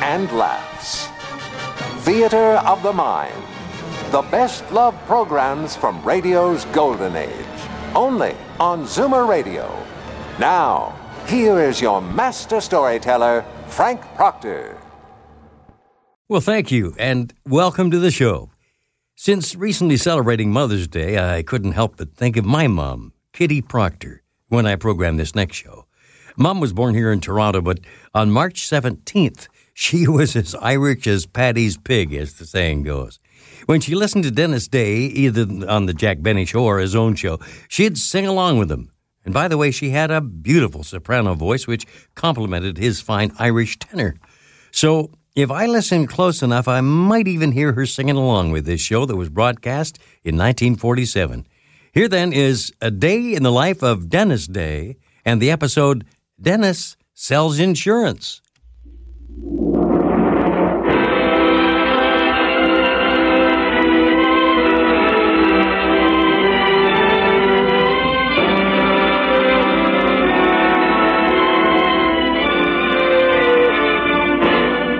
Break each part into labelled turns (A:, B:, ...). A: and laughs. Theater of the Mind. The best love programs from radio's golden age. Only on Zoomer Radio. Now, here is your master storyteller, Frank Proctor.
B: Well, thank you, and welcome to the show. Since recently celebrating Mother's Day, I couldn't help but think of my mom, Kitty Proctor, when I programmed this next show. Mom was born here in Toronto, but on March 17th, she was as Irish as Paddy's pig, as the saying goes. When she listened to Dennis Day, either on the Jack Benny show or his own show, she'd sing along with him. And by the way, she had a beautiful soprano voice, which complemented his fine Irish tenor. So if I listen close enough, I might even hear her singing along with this show that was broadcast in 1947. Here then is A Day in the Life of Dennis Day and the episode Dennis Sells Insurance.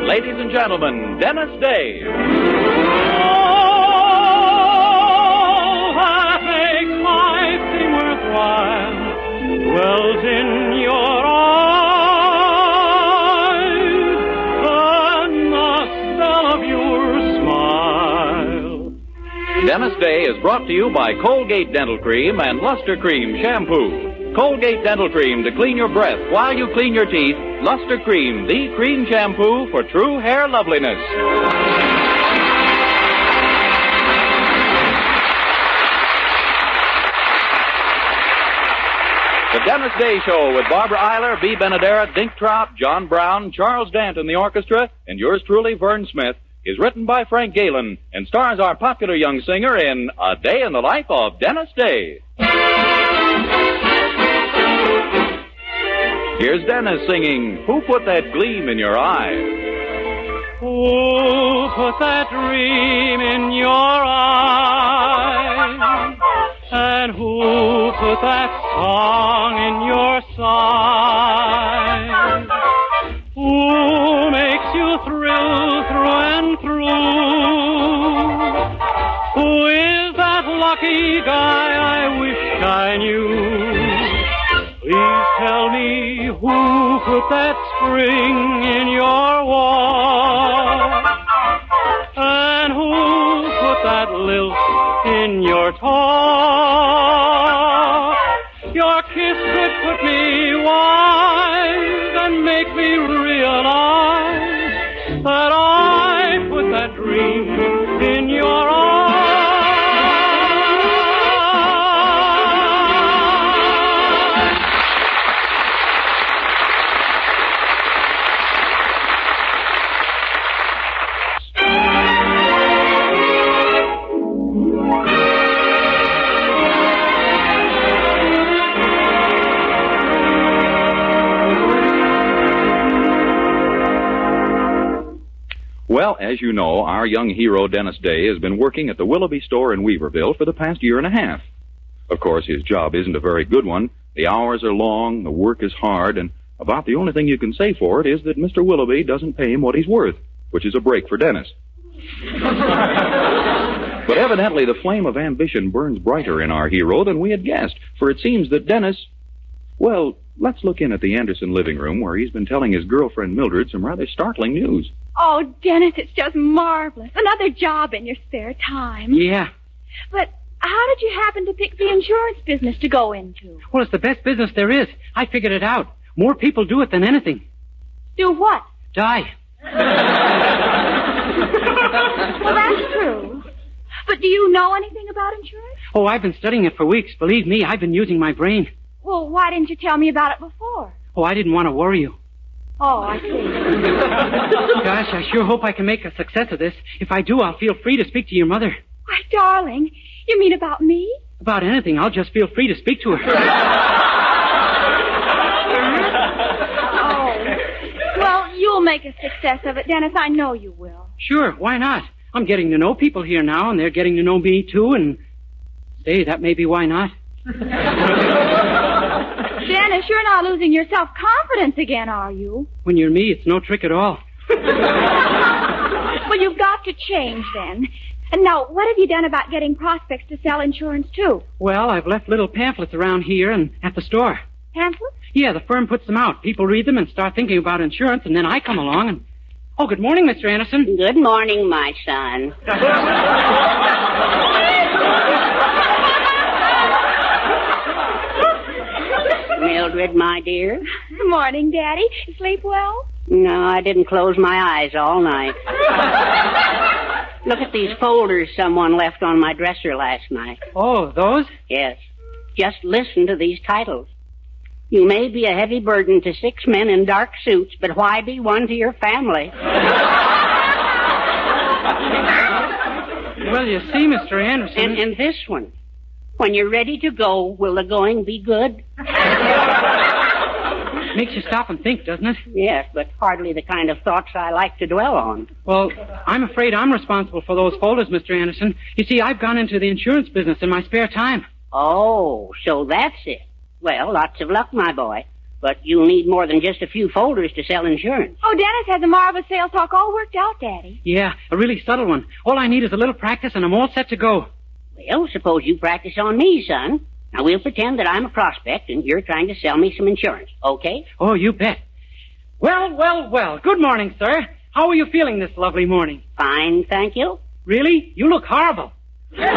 C: Ladies and gentlemen, Dennis Day.
D: All that make life seem worthwhile dwells in your eyes. The nostal of your smile.
C: Dennis Day is brought to you by Colgate Dental Cream and Luster Cream Shampoo. Colgate Dental Cream to clean your breath while you clean your teeth. Luster Cream, the cream shampoo for true hair loveliness. The Dennis Day Show with Barbara Eiler, B. Benadera, Dink Trout, John Brown, Charles Dant and the orchestra, and yours truly, Vern Smith, is written by Frank Galen and stars our popular young singer in A Day in the Life of Dennis Day. Here's Dennis singing, Who Put That Gleam in Your Eye?
D: Oh, put that dream in your eye, and who put that song in your sigh? Who makes you thrill through and through? Who is that lucky guy I wish I knew? Please tell me who put that spring in your wall and who put that lilt in your talk. Your kiss could put me wise and make me realize that I put that dream in your eyes.
C: Well, as you know, our young hero, Dennis Day, has been working at the Willoughby store in Weaverville for the past year and a half. Of course, his job isn't a very good one. The hours are long, the work is hard, and about the only thing you can say for it is that Mr. Willoughby doesn't pay him what he's worth, which is a break for Dennis. But evidently, the flame of ambition burns brighter in our hero than we had guessed, for it seems that Dennis. Well, let's look in at the Anderson living room where he's been telling his girlfriend Mildred some rather startling news.
E: Oh, Dennis, it's just marvelous. Another job in your spare time.
F: Yeah.
E: But how did you happen to pick the insurance business to go into?
F: Well, it's the best business there is. I figured it out. More people do it than anything.
E: Do what?
F: Die.
E: Well, that's true. But do you know anything about insurance?
F: Oh, I've been studying it for weeks. Believe me, I've been using my brain.
E: Well, why didn't you tell me about it before?
F: Oh, I didn't want to worry you.
E: Oh, I see.
F: Gosh, I sure hope I can make a success of this. If I do, I'll feel free to speak to your mother.
E: Why, darling, you mean about me?
F: About anything, I'll just feel free to speak to her.
E: Oh. Well, you'll make a success of it, Dennis. I know you will.
F: Sure, why not? I'm getting to know people here now, and they're getting to know me too, and. Say, that may be why not.
E: Dennis, you're not losing your self confidence again, are you?
F: When you're me, it's no trick at all.
E: Well, you've got to change then. And now, what have you done about getting prospects to sell insurance too?
F: Well, I've left little pamphlets around here and at the store.
E: Pamphlets?
F: Yeah, the firm puts them out. People read them and start thinking about insurance, and then I come along and. Oh, good morning, Mr. Anderson.
G: Good morning, my son. Mildred, my dear.
E: Good morning, Daddy. Sleep well?
G: No, I didn't close my eyes all night. Look at these folders someone left on my dresser last night.
F: Oh, those?
G: Yes. Just listen to these titles. You may be a heavy burden to six men in dark suits, but why be one to your family?
F: Well, you see, Mr. Anderson.
G: And, and this one. When you're ready to go, will the going be good?
F: Makes you stop and think, doesn't it?
G: Yes, but hardly the kind of thoughts I like to dwell on.
F: Well, I'm afraid I'm responsible for those folders, Mr. Anderson. You see, I've gone into the insurance business in my spare time.
G: Oh, so that's it. Well, lots of luck, my boy. But you'll need more than just a few folders to sell insurance.
E: Oh, Dennis had the marvelous sales talk all worked out, Daddy.
F: Yeah, a really subtle one. All I need is a little practice, and I'm all set to go.
G: Well, suppose you practice on me, son. Now we'll pretend that I'm a prospect and you're trying to sell me some insurance, okay?
F: Oh, you bet. Well, well, well. Good morning, sir. How are you feeling this lovely morning?
G: Fine, thank you.
F: Really? You look horrible.
G: What?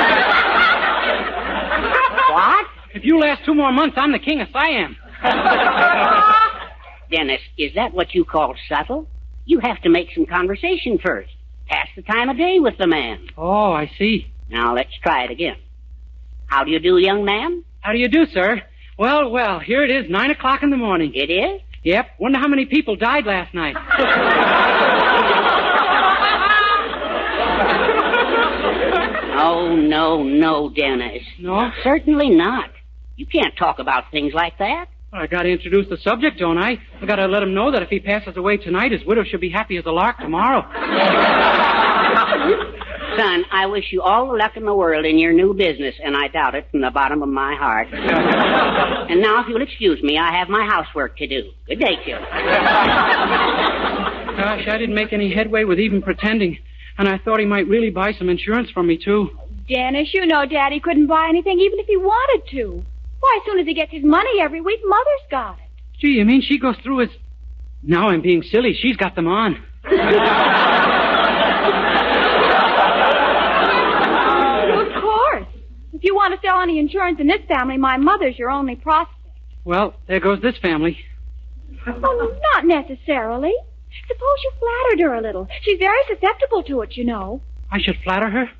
F: If you last two more months, I'm the king of Siam.
G: Dennis, is that what you call subtle? You have to make some conversation first. Pass the time of day with the man.
F: Oh, I see.
G: Now let's try it again. How do you do, young man?
F: How do you do, sir? Well, well, here it is, nine o'clock in the morning.
G: It is?
F: Yep. Wonder how many people died last night.
G: Oh, no, no, Dennis.
F: No?
G: Certainly not. You can't talk about things like that.
F: Well, I gotta introduce the subject, don't I? I gotta let him know that if he passes away tonight, his widow should be happy as a lark tomorrow.
G: Son, I wish you all the luck in the world in your new business, and I doubt it from the bottom of my heart. and now, if you'll excuse me, I have my housework to do. Good day, kid.
F: Gosh, I didn't make any headway with even pretending. And I thought he might really buy some insurance from me, too.
E: Dennis, you know Daddy couldn't buy anything even if he wanted to. Why, as soon as he gets his money every week, Mother's got it.
F: Gee, you mean she goes through his. Now I'm being silly. She's got them on.
E: Of course. If you want to sell any insurance in this family, my mother's your only prospect.
F: Well, there goes this family.
E: Oh, not necessarily. Suppose you flattered her a little. She's very susceptible to it, you know.
F: I should flatter her.
E: Sure.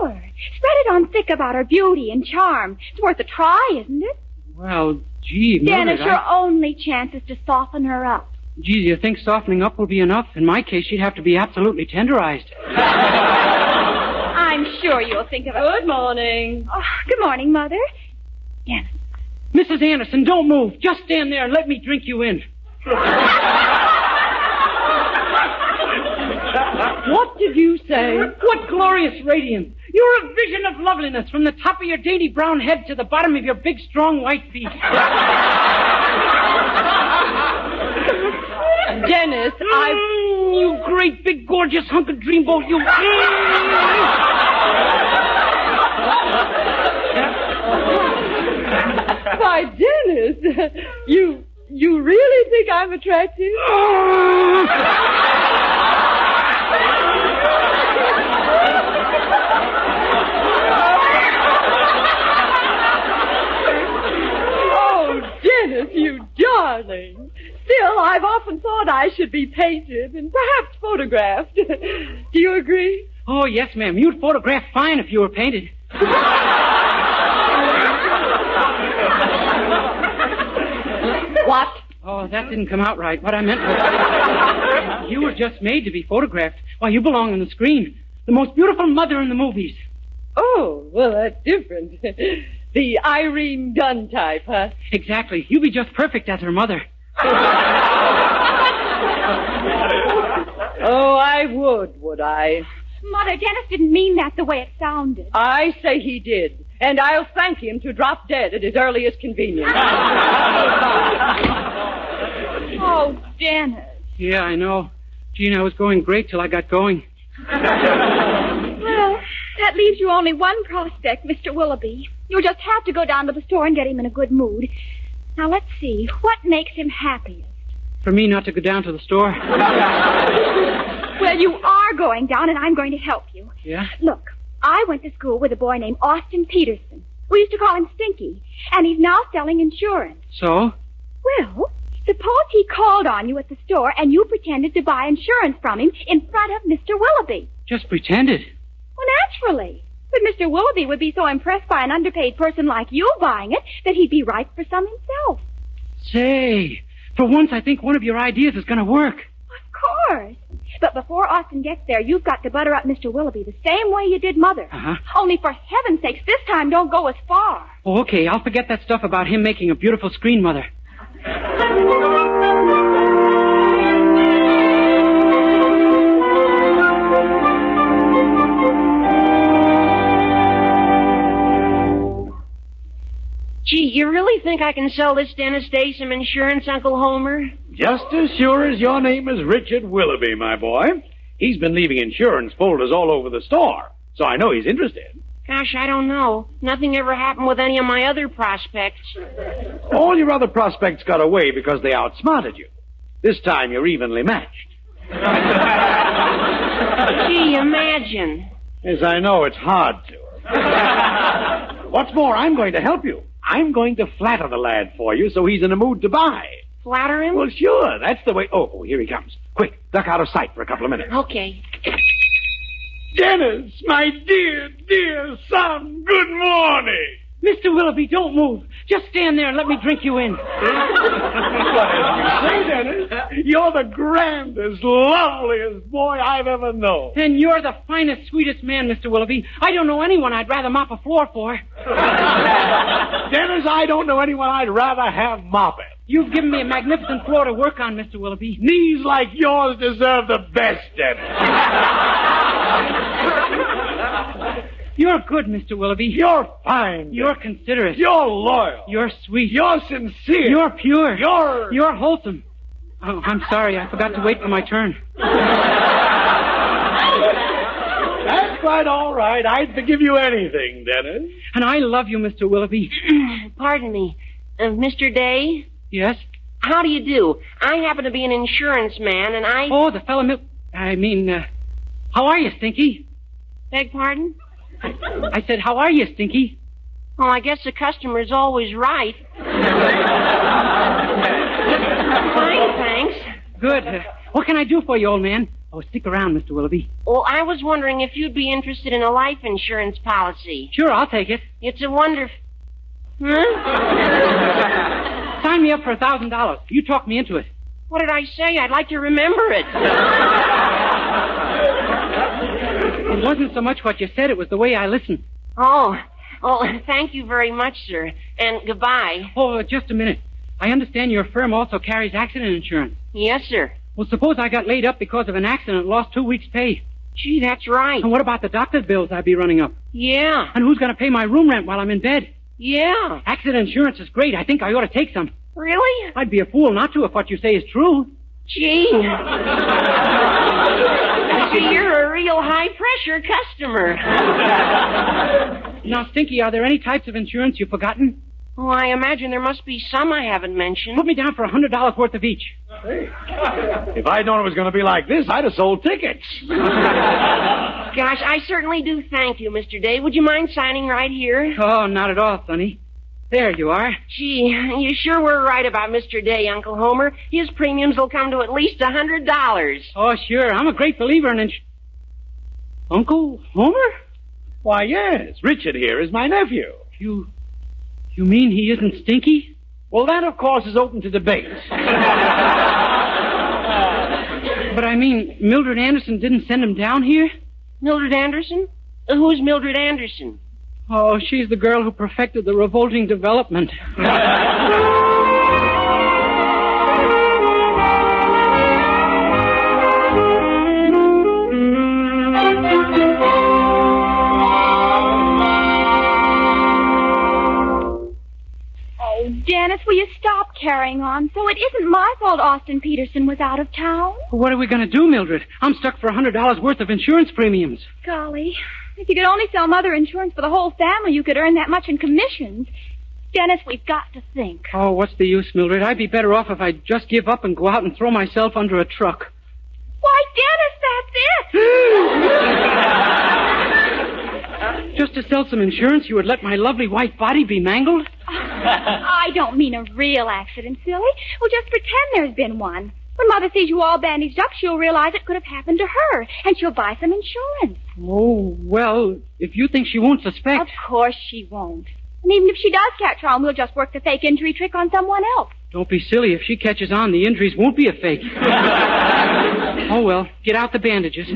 E: Spread it on thick about her beauty and charm. It's worth a try, isn't it?
F: Well, gee,
E: Dennis,
F: Mildred,
E: your
F: I...
E: only chance is to soften her up.
F: Gee, do you think softening up will be enough? In my case, she'd have to be absolutely tenderized.
E: I'm sure you'll think of it. Good morning. Oh, good morning, Mother. Dennis.
F: Mrs. Anderson, don't move. Just stand there and let me drink you in. what did you say? What glorious radiance. You're a vision of loveliness from the top of your dainty brown head to the bottom of your big, strong white feet. Dennis, I. Mm, you great, big, gorgeous hunk of dreamboat, you.
H: Why, Dennis, you you really think I'm attractive? Oh, Dennis, you darling. Still, I've often thought I should be painted and perhaps photographed. Do you agree?
F: Oh, yes, ma'am. You'd photograph fine if you were painted.
H: What?
F: Oh, that didn't come out right. What I meant was. you were just made to be photographed. Why, you belong on the screen. The most beautiful mother in the movies.
H: Oh, well, that's different. the Irene Dunn type, huh?
F: Exactly. You'd be just perfect as her mother.
H: Oh, I would, would I?
E: Mother, Dennis didn't mean that the way it sounded.
H: I say he did. And I'll thank him to drop dead at his earliest convenience.
E: Oh, Dennis.
F: Yeah, I know. Gene, I was going great till I got going.
E: Well, that leaves you only one prospect, Mr. Willoughby. You'll just have to go down to the store and get him in a good mood. Now, let's see. What makes him happiest?
F: For me not to go down to the store.
E: Well, you are going down, and I'm going to help you.
F: Yeah?
E: Look, I went to school with a boy named Austin Peterson. We used to call him Stinky, and he's now selling insurance.
F: So?
E: Well, suppose he called on you at the store and you pretended to buy insurance from him in front of Mr. Willoughby.
F: Just pretended.
E: Well, naturally. But Mr. Willoughby would be so impressed by an underpaid person like you buying it that he'd be ripe for some himself.
F: Say, for once I think one of your ideas is gonna work.
E: Of course. But before Austin gets there, you've got to butter up Mr. Willoughby the same way you did Mother.
F: Uh-huh.
E: Only for heaven's sakes, this time don't go as far.
F: Oh, okay, I'll forget that stuff about him making a beautiful screen mother.
I: Gee, you really think I can sell this Dennis Day some insurance, Uncle Homer?
J: Just as sure as your name is Richard Willoughby, my boy. He's been leaving insurance folders all over the store, so I know he's interested.
I: Gosh, I don't know. Nothing ever happened with any of my other prospects.
J: All your other prospects got away because they outsmarted you. This time you're evenly matched.
I: Gee, imagine.
J: Yes, I know it's hard to. What's more, I'm going to help you. I'm going to flatter the lad for you so he's in a mood to buy.
I: Flatter him?
J: Well, sure, that's the way. Oh, oh, here he comes. Quick, duck out of sight for a couple of minutes.
I: Okay.
J: Dennis, my dear, dear son, good morning.
F: Mr. Willoughby, don't move. Just stand there and let me drink you in.
J: Say, Dennis, you're the grandest, loveliest boy I've ever known.
F: And you're the finest, sweetest man, Mr. Willoughby. I don't know anyone I'd rather mop a floor for.
J: Dennis, I don't know anyone I'd rather have mop it.
F: You've given me a magnificent floor to work on, Mr. Willoughby.
J: Knees like yours deserve the best, Dennis.
F: You're good, Mr. Willoughby.
J: You're fine.
F: You're
J: Dennis.
F: considerate.
J: you're loyal.
F: You're sweet.
J: you're sincere.
F: You're pure.
J: You're-
F: You're wholesome. Oh, I'm sorry. I forgot to wait for my turn.
J: That's quite all right. I'd forgive you anything, Dennis.
F: And I love you, Mr. Willoughby.
I: Pardon me. Uh, Mr. Day,
F: Yes?
I: how do you do? I happen to be an insurance man, and I.
F: Oh, the fellow milk. I mean, uh, how are you, Stinky?
I: Beg pardon?
F: I said, how are you, Stinky?
I: Well, I guess the customer's always right. Fine, thanks.
F: Good. Uh, what can I do for you, old man? Oh, stick around, Mr. Willoughby.
I: Well, I was wondering if you'd be interested in a life insurance policy.
F: Sure, I'll take it.
I: It's a wonder. Huh?
F: Sign me up for a thousand dollars. You talk me into it.
I: What did I say? I'd like to remember it.
F: It wasn't so much what you said, it was the way I listened.
I: Oh, oh, thank you very much, sir, and goodbye.
F: Oh, uh, just a minute. I understand your firm also carries accident insurance.
I: Yes, sir.
F: Well, suppose I got laid up because of an accident and lost two weeks' pay.
I: Gee, that's right.
F: And what about the doctor's bills I'd be running up?
I: Yeah,
F: And who's going to pay my room rent while I'm in bed?
I: yeah.
F: Accident insurance is great. I think I ought to take some.
I: Really?
F: I'd be a fool not to if what you say is true.
I: Gee. Gee, you're a real high pressure customer.
F: Now, Stinky, are there any types of insurance you've forgotten?
I: Oh, I imagine there must be some I haven't mentioned.
F: Put me down for a hundred dollars worth of each.
J: If I'd known it was going to be like this, I'd have sold tickets.
I: Gosh, I certainly do thank you, Mr. Day. Would you mind signing right here?
F: Oh, not at all, Sonny. There you are.
I: Gee, you sure were right about Mr. Day, Uncle Homer. His premiums will come to at least a hundred dollars.
F: Oh, sure. I'm a great believer in insurance. Uncle Homer?
J: Why, yes, Richard here is my nephew.
F: You. You mean he isn't stinky?
J: Well, that, of course, is open to debate.
F: But I mean, Mildred Anderson didn't send him down here?
I: Mildred Anderson? Uh, Who's Mildred Anderson?
F: Oh, she's the girl who perfected the revolting development.
E: Oh, Dennis, will you stop carrying on? So it isn't my fault Austin Peterson was out of town.
F: What are we going to do, Mildred? I'm stuck for a $100 worth of insurance premiums.
E: Golly, if you could only sell mother insurance for the whole family, you could earn that much in commissions. Dennis, we've got to think.
F: Oh, what's the use, Mildred? I'd be better off if I just give up and go out and throw myself under a truck.
E: Why, Dennis, that's it!
F: Just to sell some insurance, you would let my lovely white body be mangled?
E: I don't mean a real accident, silly. Well, just pretend there's been one. When Mother sees you all bandaged up, she'll realize it could have happened to her, and she'll buy some insurance.
F: Oh, well, if you think she won't suspect.
E: Of course she won't. And even if she does catch on, we'll just work the fake injury trick on someone else.
F: Don't be silly. If she catches on, the injuries won't be a fake. oh, well, get out the bandages.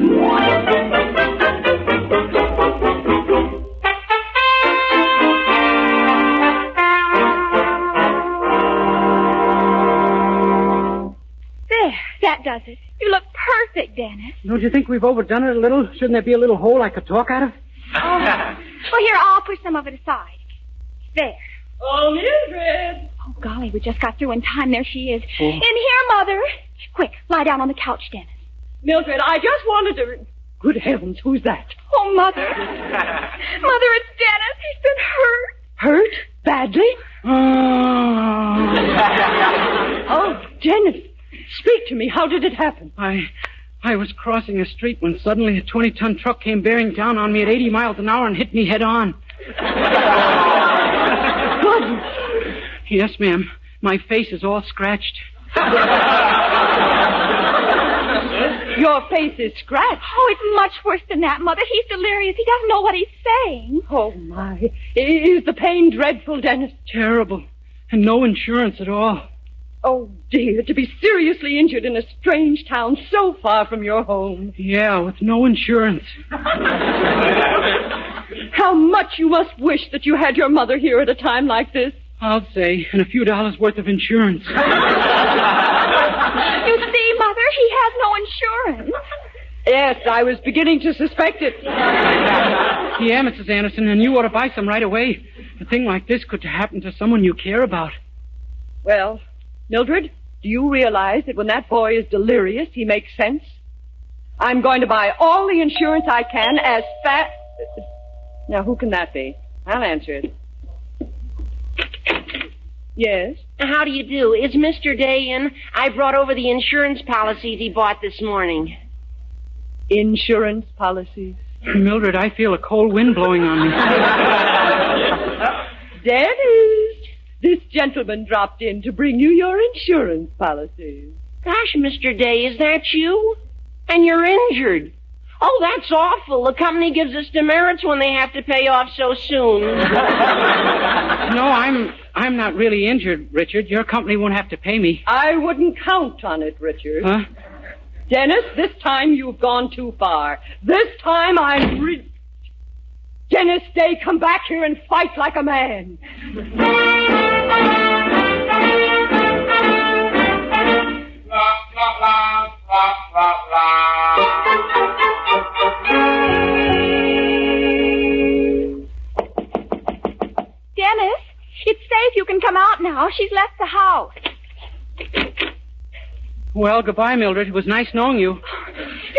E: There, that does it. You look perfect, Dennis.
F: Don't you think we've overdone it a little? Shouldn't there be a little hole I could talk out of?
H: Oh.
E: Well, here, I'll push some of it aside. There.
H: Oh, Mildred!
E: Oh, golly, we just got through in time. There she is.
H: Oh.
E: In here, Mother. Quick, lie down on the couch, Dennis.
H: Mildred, I just wanted to.
F: Good heavens, who's that?
E: Oh, Mother. Mother, it's Dennis. He's been hurt.
F: Hurt? Badly?
E: Uh,
H: Ah. oh, Dennis, speak to me. How did it happen?
F: I. I was crossing a street when suddenly a 20 ton truck came bearing down on me at 80 miles an hour and hit me head on. Yes, ma'am. My face is all scratched.
H: Your face is scratched.
E: Oh, it's much worse than that, Mother. He's delirious. He doesn't know what he's saying.
H: Oh, my. I- Is the pain dreadful, Dennis?
F: Terrible. And no insurance at all.
H: Oh, dear, to be seriously injured in a strange town so far from your home.
F: Yeah, with no insurance.
H: How much you must wish that you had your mother here at a time like this.
F: I'll say, and a few dollars worth of insurance.
E: You see, Mother, he has no insurance.
H: Yes, I was beginning to suspect it.
F: yeah, Mrs. Anderson, and you ought to buy some right away. A thing like this could happen to someone you care about.
H: Well, Mildred, do you realize that when that boy is delirious, he makes sense? I'm going to buy all the insurance I can as fast. Now, who can that be? I'll answer it. Yes?
I: How do you do? Is Mr. Day in? I brought over the insurance policies he bought this morning.
H: Insurance policies.
F: Mildred, I feel a cold wind blowing on me.
H: Dennis, this gentleman dropped in to bring you your insurance policies.
I: Gosh, Mr. Day, is that you? And you're injured. Oh, that's awful. The company gives us demerits when they have to pay off so soon.
F: no, I'm I'm not really injured, Richard. Your company won't have to pay me.
H: I wouldn't count on it, Richard.
F: Huh?
H: Dennis, this time you've gone too far. This time I'm re- Dennis Day, come back here and fight like a man.
E: Dennis, it's safe. You can come out now. She's left the house.
F: Well, goodbye, Mildred. It was nice knowing you.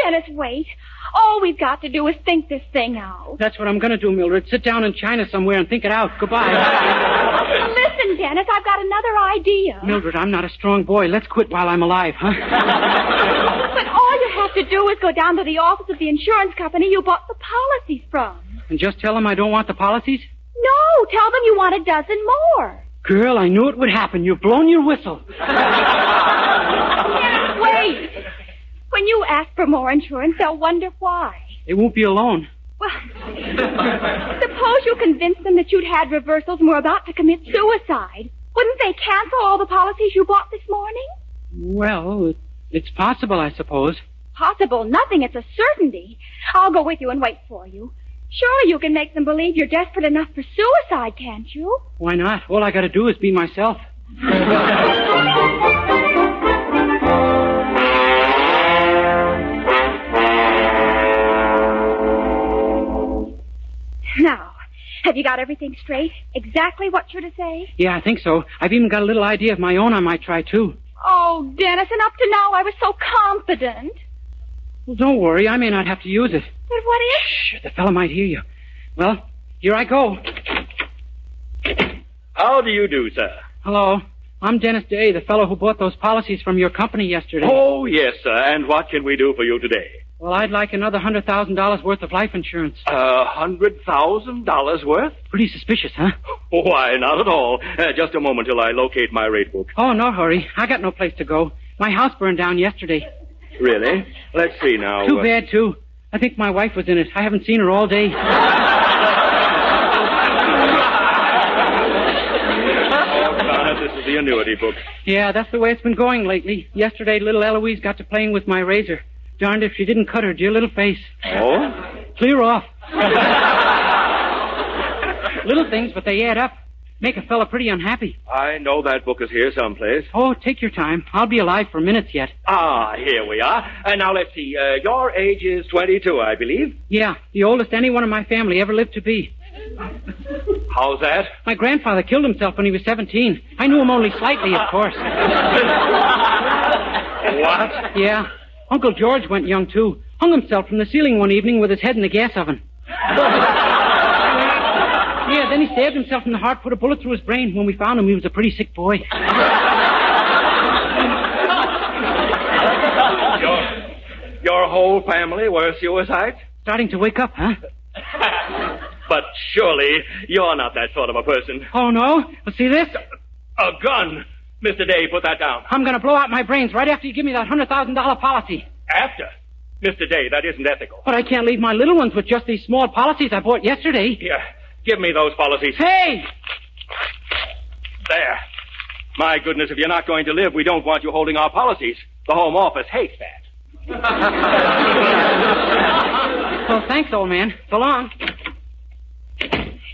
E: Dennis, wait. All we've got to do is think this thing out.
F: That's what I'm going to do, Mildred. Sit down in China somewhere and think it out. Goodbye.
E: Listen, Dennis, I've got another idea.
F: Mildred, I'm not a strong boy. Let's quit while I'm alive, huh?
E: But all you have to do is go down to the office of the insurance company you bought the policies from.
F: and just tell them I don't want the policies?
E: No, tell them you want a dozen more.
F: Girl, I knew it would happen. You've blown your whistle.
E: Dennis, wait. When you ask for more insurance, they'll wonder why.
F: They won't be alone.
E: Well, suppose you convinced them that you'd had reversals and were about to commit suicide. Wouldn't they cancel all the policies you bought this morning?
F: Well, it- it's possible, I suppose.
E: Possible nothing. It's a certainty. I'll go with you and wait for you. Surely you can make them believe you're desperate enough for suicide, can't you?
F: Why not? All I gotta do is be myself.
E: Now, have you got everything straight? Exactly what you're to say?
F: Yeah, I think so. I've even got a little idea of my own I might try, too.
E: Oh, Dennison, up to now I was so confident.
F: Well, don't worry. I may not have to use it.
E: But what if?
F: The fellow might hear you. Well, here I go.
K: How do you do, sir?
F: Hello. I'm Dennis Day, the fellow who bought those policies from your company yesterday.
K: Oh, yes, sir. And what can we do for you today?
F: Well, I'd like another hundred thousand dollars worth of life insurance.
K: A hundred thousand dollars worth?
F: Pretty suspicious, huh?
K: Oh, Why, not at all. Uh, just a moment till I locate my rate book.
F: Oh, no hurry. I got no place to go. My house burned down yesterday.
K: Really? Let's see now.
F: Too
K: uh,
F: bad, too. I think my wife was in it. I haven't seen her all day.
K: Oh, uh, this is the annuity book.
F: Yeah, that's the way it's been going lately. Yesterday, little Eloise got to playing with my razor. Darned if she didn't cut her dear little face.
K: Oh?
F: Clear off. little things, but they add up. Make a fella pretty unhappy.
K: I know that book is here someplace.
F: Oh, take your time. I'll be alive for minutes yet.
K: Ah, here we are. And now let's see. Uh, your age is 22, I believe.
F: Yeah, the oldest anyone in my family ever lived to be.
K: How's that?
F: My grandfather killed himself when he was 17. I knew him only slightly, of course.
K: What?
F: Yeah. Uncle George went young, too. Hung himself from the ceiling one evening with his head in the gas oven. Yeah, then he stabbed himself in the heart, put a bullet through his brain. When we found him, he was a pretty sick boy.
K: Your, your whole family were suicides?
F: Starting to wake up, huh?
K: But surely you're not that sort of a person.
F: Oh, no? Well, see this?
K: A gun! Mr. Day, put that down.
F: I'm gonna blow out my brains right after you give me that $100,000 policy.
K: After? Mr. Day, that isn't ethical.
F: But I can't leave my little ones with just these small policies I bought yesterday.
K: Here, give me those policies.
F: Hey!
K: There. My goodness, if you're not going to live, we don't want you holding our policies. The Home Office hates that.
F: Well, thanks, old man. So long.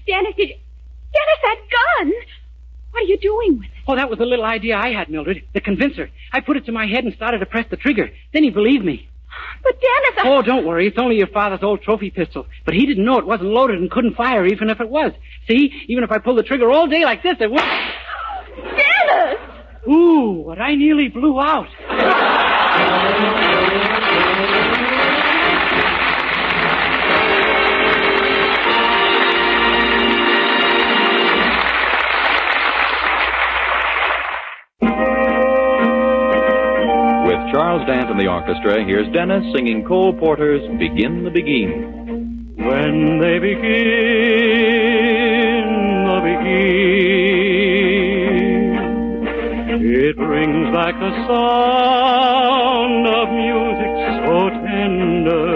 E: Dennis, did you... Dennis, that gun! What are you doing with it?
F: Oh, that was a little idea I had, Mildred. The convincer. I put it to my head and started to press the trigger. Then he believed me.
E: But Dennis, I...
F: Oh, don't worry. It's only your father's old trophy pistol. But he didn't know it wasn't loaded and couldn't fire even if it was. See? Even if I pulled the trigger all day like this, it would...
E: Dennis!
F: Ooh, what I nearly blew out.
C: With Charles Dant and the orchestra, here's Dennis singing Cole Porter's Begin the Begin.
D: When they begin the begin, it brings back the sound of music so tender.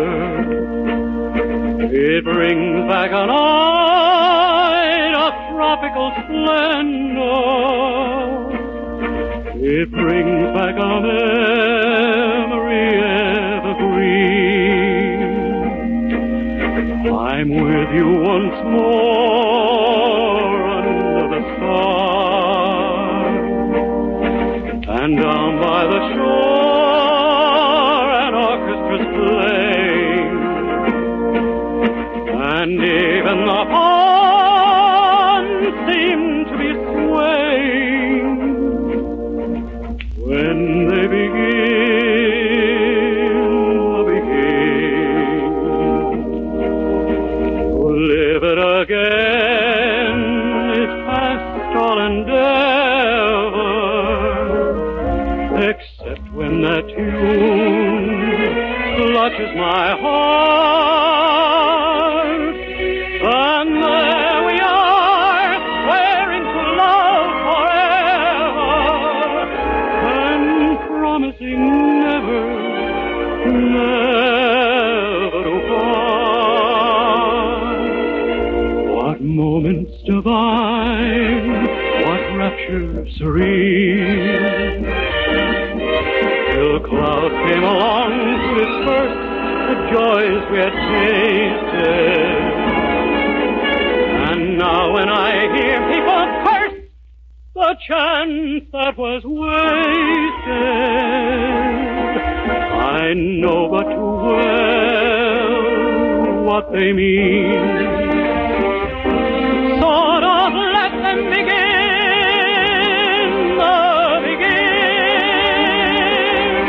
D: It brings back a night of tropical splendor. It brings back a memory evergreen. I'm with you once more under the stars and down by the shore an orchestra's playing and even the pond seemed to be swaying when they begin, begin live it again is past all endeavor, except when that tune clutches my heart. And there we are, wearing to love forever, and promising never, never to part. What moments divine, what rapture future serene. Till cloud came along to disperse the joys we had tasted. And now when I hear people curse the chance that was wasted, I know but too well what they mean. So don't let them begin the begin.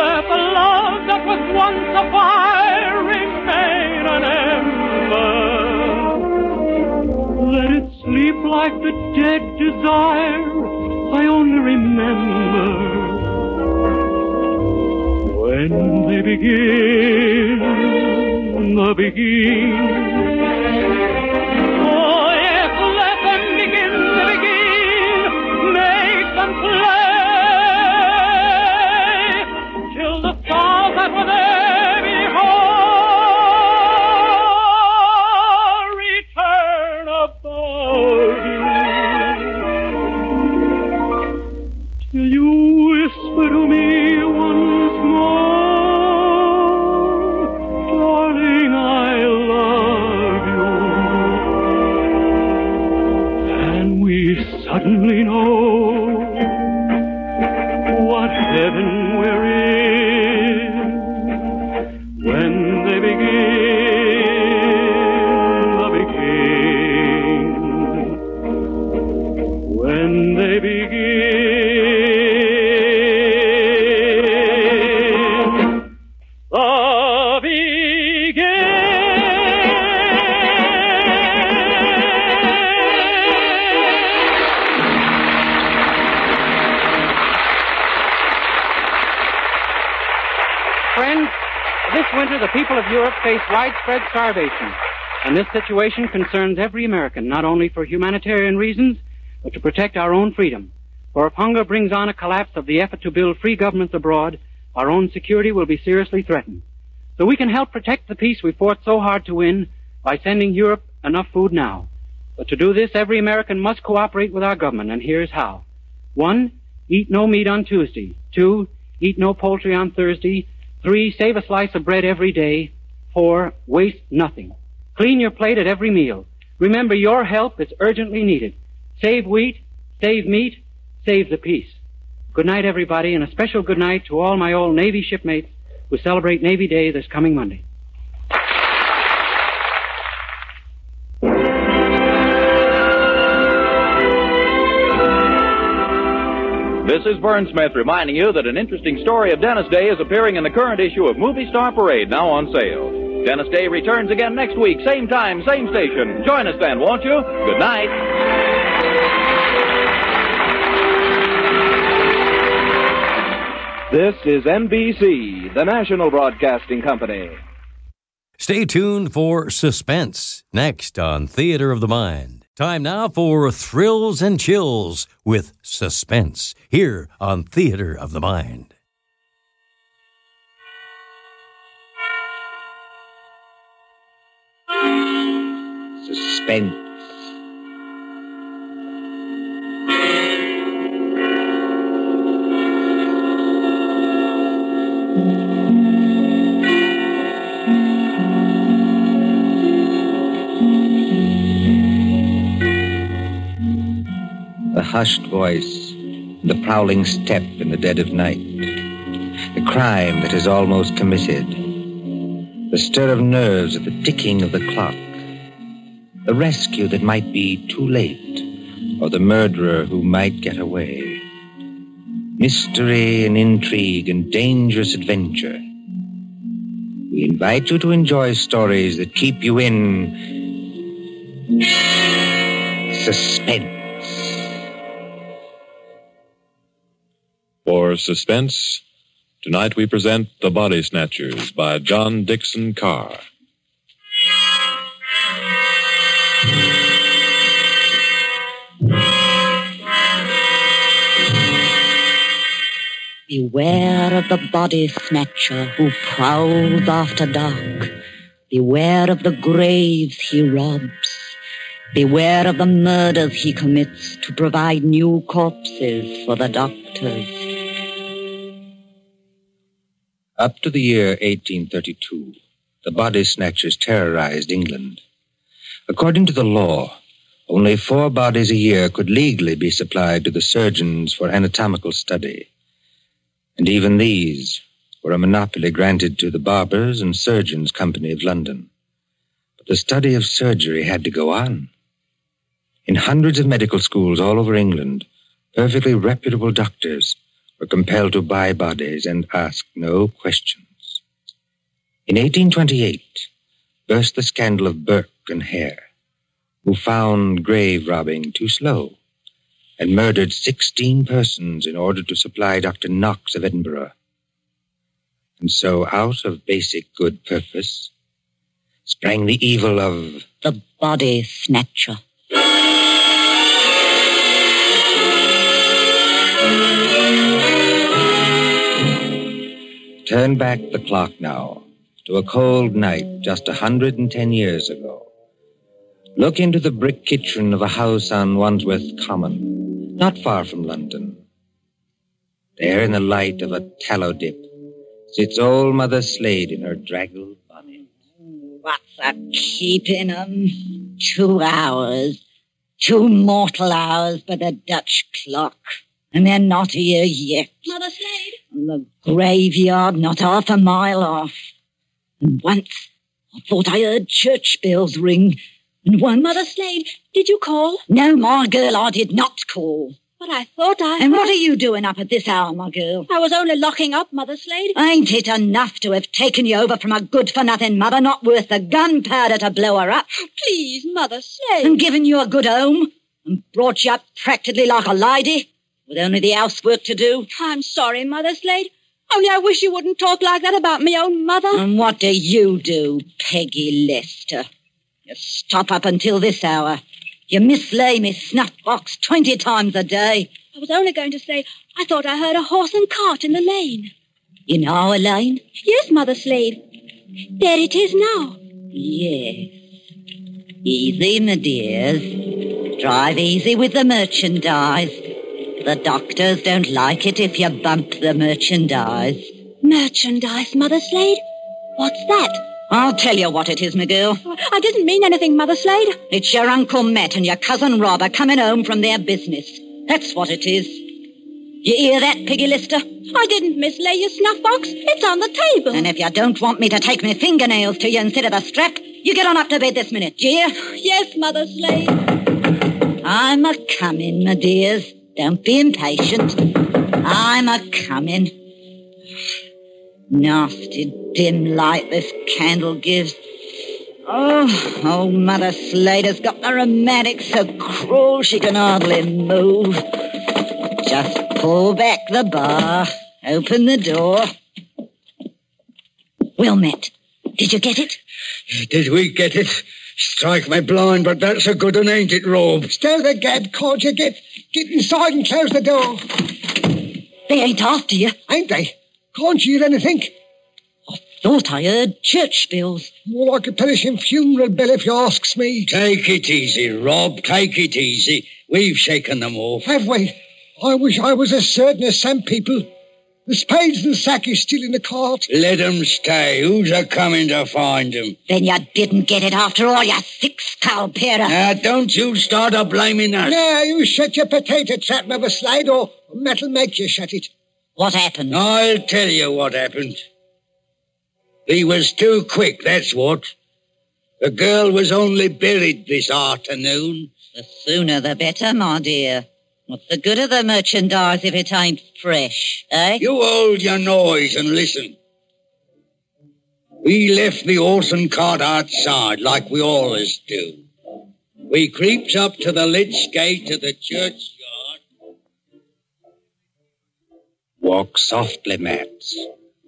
D: Let the love that was once a fire remain an ember. Let it sleep like the dead desire I only remember. When they begin, the begin. Oh, yes, let them begin to begin. Make them play till the stars that were there before return about you. Till you whisper to me once more, darling, I love you. And we suddenly know what heaven we're in when they begin the begin. When they begin the begin.
F: Friends, this winter the people of Europe face widespread starvation. And this situation concerns every American, not only for humanitarian reasons, but to protect our own freedom. For if hunger brings on a collapse of the effort to build free governments abroad, our own security will be seriously threatened. So we can help protect the peace we fought so hard to win by sending Europe enough food now. But to do this, every American must cooperate with our government, and here's how. One, eat no meat on Tuesday. Two, eat no poultry on Thursday. Three, save a slice of bread every day. Four, waste nothing. Clean your plate at every meal. Remember, your help is urgently needed. Save wheat, save meat, save the peace. Good night, everybody, and a special good night to all my old Navy shipmates who celebrate Navy Day this coming Monday.
K: This is Vern Smith reminding you that an interesting story of Dennis Day is appearing in the current issue of Movie Star Parade, now on sale. Dennis Day returns again next week, same time, same station. Join us then, won't you? Good night.
L: This is NBC, the national broadcasting company.
B: Stay tuned for Suspense next on Theater of the Mind. Time now for Thrills and Chills with Suspense here on Theater of the Mind.
M: Suspense.
N: The hushed voice, the prowling step in the dead of night, the crime that is almost committed, the stir of nerves at the ticking of the clock, the rescue that might be too late, or the murderer who might get away. Mystery and intrigue and dangerous adventure. We invite you to enjoy stories that keep you in suspense.
O: For suspense, tonight we present The Body Snatchers by John Dixon Carr.
P: Beware of the body snatcher who prowls after dark. Beware of the graves he robs. Beware of the murders he commits to provide new corpses for the doctors.
N: Up to the year 1832, the body snatchers terrorized England. According to the law, only four bodies a year could legally be supplied to the surgeons for anatomical study. And even these were a monopoly granted to the Barbers and Surgeons Company of London. But the study of surgery had to go on. In hundreds of medical schools all over England, perfectly reputable doctors were compelled to buy bodies and ask no questions. In 1828 burst the scandal of Burke and Hare, who found grave robbing too slow and murdered 16 persons in order to supply Dr. Knox of Edinburgh. And so, out of basic good purpose, sprang the evil of
P: The body snatcher.
N: Turn back the clock now to a cold night just a 110 years ago. Look into the brick kitchen of a house on Wandsworth Common, not far from London. There, in the light of a tallow dip, sits old Mother Slade in her draggled
P: What's a keeping 'em? Two hours. Two mortal hours by the Dutch clock. And they're not here yet.
M: Mother Slade?
P: Graveyard not half a mile off. And once I thought I heard church bells ring. And one
M: Mother Slade, did you call?
P: No, my girl, I did not call.
M: But I thought I.
P: And what are you doing up at this hour, my girl?
M: I was only locking up, Mother Slade.
P: Ain't it enough to have taken you over from a good for nothing mother not worth the gunpowder to blow her up?
M: Please, Mother Slade.
P: And given you a good home? And brought you up practically like a lady? With only the housework to do?
M: I'm sorry, Mother Slade. Only I wish you wouldn't talk like that about me own mother.
P: And what do you do, Peggy Lester? You stop up until this hour. You mislay me snuffbox twenty times a day.
M: I was only going to say I thought I heard a horse and cart in the lane.
P: In our lane?
M: Yes, Mother Slade. There it is now.
P: Yes. Easy, my dears. Drive easy with the merchandise. The doctors don't like it if you bump the merchandise.
M: Merchandise, Mother Slade. What's that?
P: I'll tell you what it is, my girl.
M: I didn't mean anything, Mother Slade.
P: It's your Uncle Matt and your cousin Rob are coming home from their business. That's what it is. You hear that, Piggy Lister?
M: I didn't mislay your snuffbox. It's on the table.
P: And if you don't want me to take my fingernails to you instead of the strap, you get on up to bed this minute, do you?
M: Yes, Mother Slade.
P: I'm a coming, my dears. Don't be impatient. I'm a coming. Nasty dim light this candle gives. Oh, old Mother Slater's got the rheumatics so cruel she can hardly move. Just pull back the bar, open the door. Well, Matt, did you get it?
Q: Did we get it? Strike me blind, but that's a good one, ain't it, Rob?
R: Stow the gab, Codger. Get, get inside and close the door.
P: They ain't after you.
R: Ain't they? Can't you hear anything?
P: Thought I heard church bells.
R: More like a perishing funeral bell, if you asks me.
Q: Take it easy, Rob. Take it easy. We've shaken them off.
R: Have we? I wish I was as certain as some people. The spades and sack is still in the cart.
Q: Let 'em stay. Who's a coming to find 'em?
P: Then you didn't get it after all, you six-cow peerer.
Q: Now, don't you start a blaming us.
R: Now, you shut your potato trap, Mother Slade, or Matt'll make you shut it.
P: What happened?
Q: I'll tell you what happened. He was too quick, that's what. The girl was only buried this afternoon.
P: The sooner the better, my dear. What's the good of the merchandise if it ain't fresh, eh?
Q: You hold your noise and listen. We left the horse and cart outside like we always do. We creeps up to the lich gate of the church.
N: Walk softly, Matt.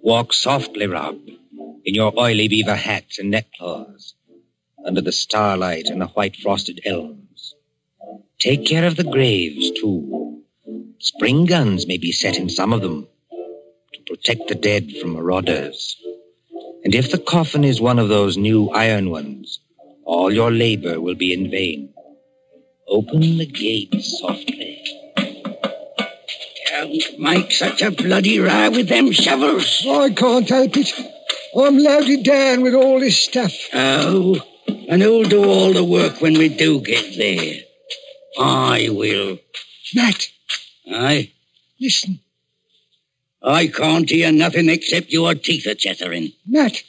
N: Walk softly, Rob, in your oily beaver hat and neckcloths, under the starlight and the white frosted elms. Take care of the graves, too. Spring guns may be set in some of them to protect the dead from marauders. And if the coffin is one of those new iron ones, all your labor will be in vain.
Q: Open the gate softly. Don't make such a bloody row with them shovels.
R: I can't help it. I'm loaded down with all this stuff.
Q: Oh, and who'll do all the work when we do get there? I will.
R: Matt,
Q: Aye.
R: listen.
Q: I can't hear nothing except your teeth are chattering.
R: Matt,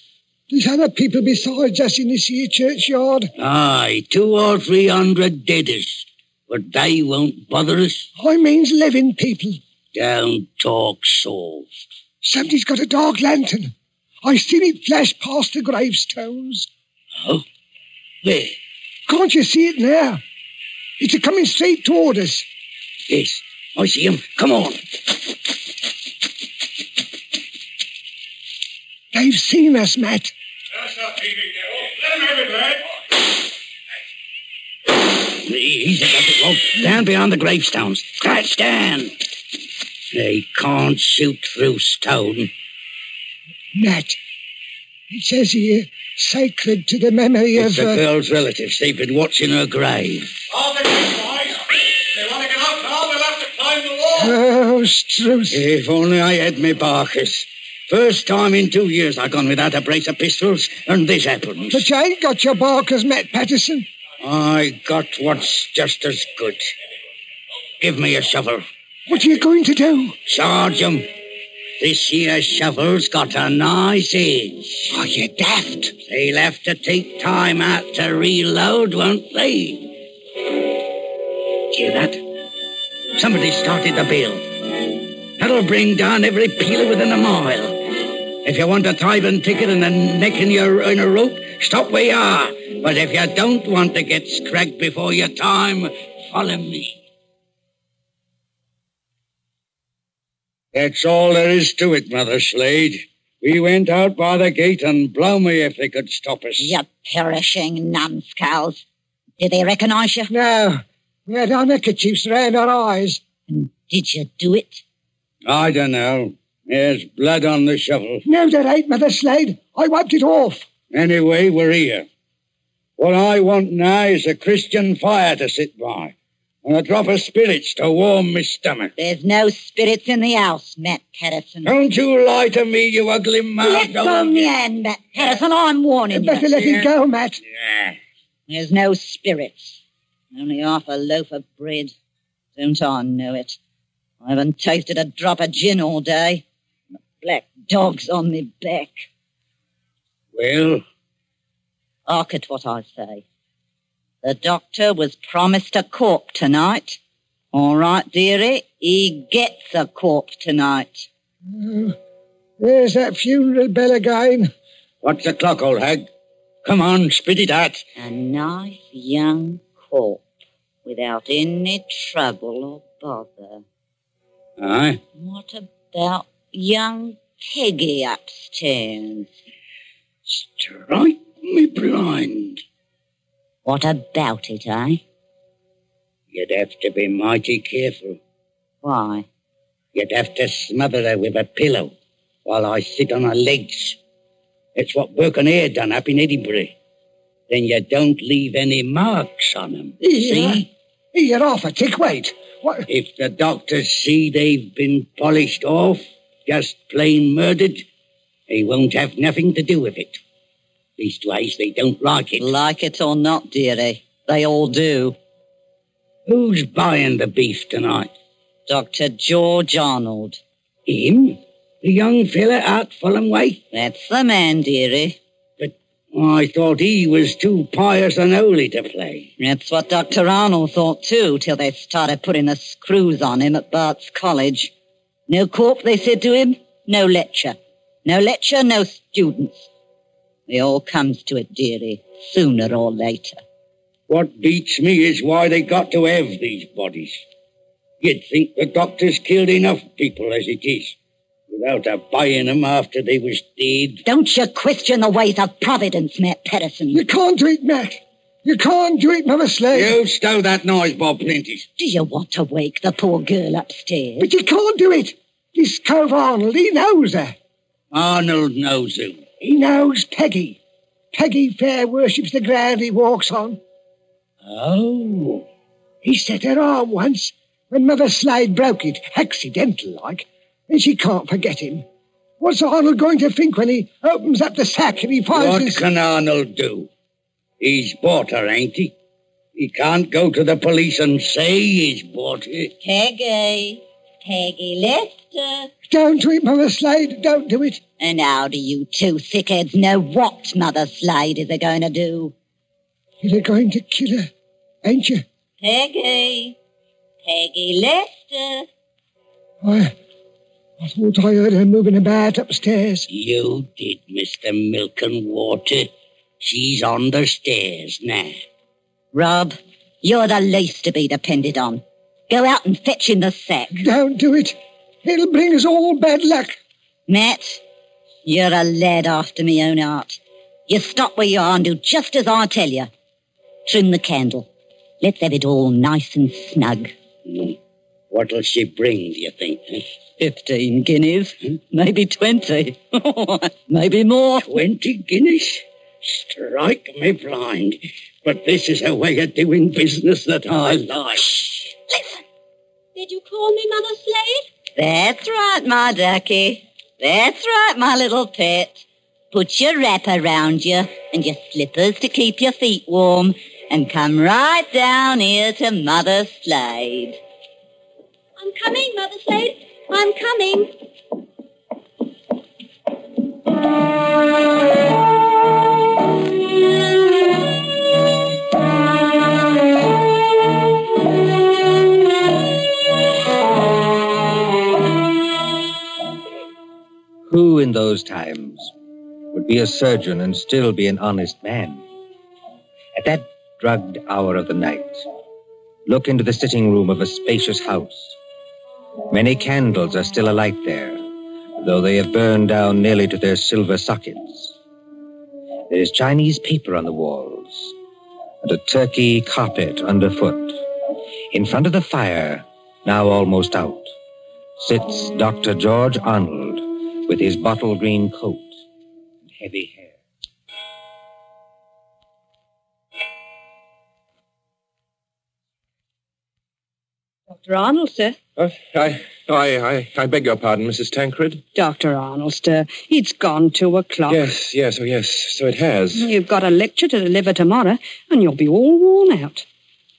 R: there's other people besides us in this here churchyard.
Q: Aye, two or three hundred deadish, but they won't bother us.
R: I means living people.
Q: Don't talk soft.
R: Somebody's got a dark lantern. I've seen it flash past the gravestones.
Q: Oh, there,
R: Can't you see it now? It's a coming straight toward us.
Q: yes, I see 'em. Come on.
R: They've seen us, Matt.
Q: He's about to roll down beyond the gravestones. Crouch down. They can't shoot through stone.
R: Matt, it says here, sacred to the memory
Q: It's
R: of. uh,
Q: the girl's relatives. They've been watching her grave.
R: Oh, Struth.
Q: If only I had me Barkers. First time in two years I've gone without a brace of pistols, and this happens.
R: But you ain't got your barkers, Matt Patterson.
Q: I got what's just as good. Give me a shovel.
R: What are you going to do?
Q: Charge 'em. This here shovel's got a nice edge. Are you daft? They'll have to take time out to reload, won't they? Hear that? Somebody started the bell. That'll bring down every peeler within a mile. If you want a tithing ticket and a neck in your in a rope, stop where you are. But if you don't want to get scragged before your time, follow me. That's all there is to it, Mother Slade. We went out by the gate, and blow me if they could stop us.
P: You perishing numbskulls. Did they recognise you?
R: No. We had our neckerchiefs round our eyes.
P: Did you do it?
Q: I don't know. There's blood on the shovel.
R: No, there ain't, Mother Slade. I wiped it off.
Q: Anyway, we're here. What I want now is a Christian fire to sit by and a drop of spirits to warm my stomach.
P: There's no spirits in the house, Matt Patterson.
Q: Don't you lie to me, you ugly mouth.
P: Let go of me hand, Matt Patterson. I'm warning you.
Q: Better let it
R: go, Matt.
P: There's no spirits. Only half a loaf of bread. Don't I know it? I haven't tasted a drop of gin all day. The black dog's on me back.
Q: Well,
P: Hark at what I say. The doctor was promised a corp tonight. All right, dearie, he gets a corp tonight.
R: Oh, there's that funeral bell again.
Q: What's the clock, old hag? Come on, spit it out.
P: A nice young corp without any trouble or bother.
Q: Aye.
P: What about young Peggy upstairs?
Q: Strike me blind.
P: What about it, eh?
Q: You'd have to be mighty careful.
P: Why?
Q: You'd have to smother her with a pillow while I sit on her legs. It's what Burke and Eyre done up in Edinburgh. Then you don't leave any marks on 'em. See?
R: You're off a tick weight.
Q: If the doctors see they've been polished off, just plain murdered, they won't have nothing to do with it. Leastways, they don't like it.
P: Like it or not, dearie, they all do.
Q: Who's buying the beef tonight?
P: Dr. George Arnold.
Q: Him? The young fella out Fulham way?
P: That's the man, dearie.
Q: I thought he was too pious and holy to play.
P: That's what Dr. Arnold thought too, till they started putting the screws on him at Bart's College. No corp, they said to him. No lecture. No lecture, no students. It all comes to it, dearie, sooner or later.
Q: What beats me is why they got to have these bodies. You'd think the doctors killed enough people as it is, without a buying 'em after they was dead.
P: Don't you question the ways of Providence, Matt Patterson.
R: You can't do it, Matt. You can't do it, Mother Slade.
Q: You stow that noise, Bob Plenty.
P: Do you want to wake the poor girl upstairs?
R: But you can't do it. This cove Arnold, he knows her.
Q: Arnold knows him.
R: He knows Peggy. Peggy fair worships the ground he walks on.
Q: Oh.
R: He set her arm once when Mother Slade broke it, accidental like, and she can't forget him. What's Arnold going to think when he opens up the sack and he finds
Q: What
R: his...
Q: can Arnold do? He's bought her, ain't he? He can't go to the police and say he's bought her.
S: Peggy. Peggy Lester.
R: Don't do it, Mother Slade. Don't do it.
S: And how do you two thickheads know what Mother Slade is going to do?
R: You're going to kill her, ain't you?
S: Peggy. Peggy Lester.
R: I, I thought I heard her moving about upstairs.
Q: You did, Mr. Milk and Water. She's on the stairs now.
S: Rob, you're the least to be depended on. Go out and fetch him the sack.
R: Don't do it. It'll bring us all bad luck.
S: Matt, you're a lad after me own heart. You stop where you are and do just as I tell you. Trim the candle. Let's have it all nice and snug.
Q: What'll Hmm. she bring, do you think? Hmm?
S: Fifteen guineas. Maybe twenty. Maybe more.
Q: Twenty guineas? Strike me blind. But this is a way of doing business that I like.
M: Did you call me Mother Slade?
S: That's right, my ducky. That's right, my little pet. Put your wrap around you and your slippers to keep your feet warm and come right down here to Mother Slade.
M: I'm coming, Mother Slade. I'm coming.
N: Who in those times would be a surgeon and still be an honest man? At that drugged hour of the night, look into the sitting room of a spacious house. Many candles are still alight there, though they have burned down nearly to their silver sockets. There is Chinese paper on the walls and a turkey carpet underfoot. In front of the fire, now almost out, sits Dr. George Arnold with his bottle green coat and heavy hair.
M: Dr. Arnold, sir.
T: Uh, I, I, I, I beg your pardon, Mrs. Tancred.
M: Dr. Arnold, sir. It's gone two o'clock.
T: Yes, yes, oh yes, so it has.
M: You've got a lecture to deliver tomorrow, and you'll be all worn out.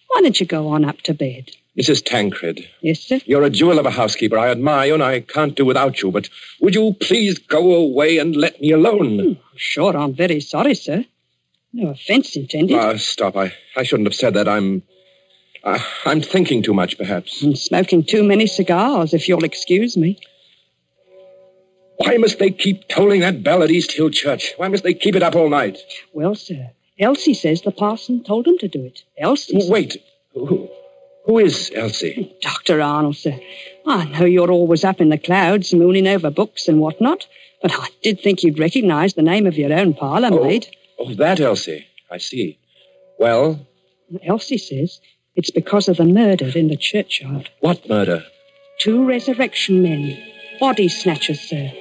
M: Why don't you go on up to bed?
T: Mrs. Tancred,
M: Yes, sir.
T: you're a jewel of a housekeeper. I admire you and I can't do without you, but would you please go away and let me alone?
M: Hmm, Sure, I'm very sorry, sir. No offence intended.
T: Ah, stop. I, I shouldn't have said that. I'm. I I'm thinking too much, perhaps.
M: I'm smoking too many cigars, if you'll excuse me.
T: Why must they keep tolling that bell at East Hill Church? Why must they keep it up all night?
M: Well, sir, Elsie says the parson told him to do it. Elsie.
T: Wait. Who, who is Elsie?
M: Dr. Arnold, sir. I know you're always up in the clouds, mooning over books and whatnot, but I did think you'd recognize the name of your own parlour maid.
T: Oh, that Elsie. I see. Well,
M: Elsie says it's because of the murder in the churchyard.
T: what murder?
M: Two resurrection men, body snatchers, sir.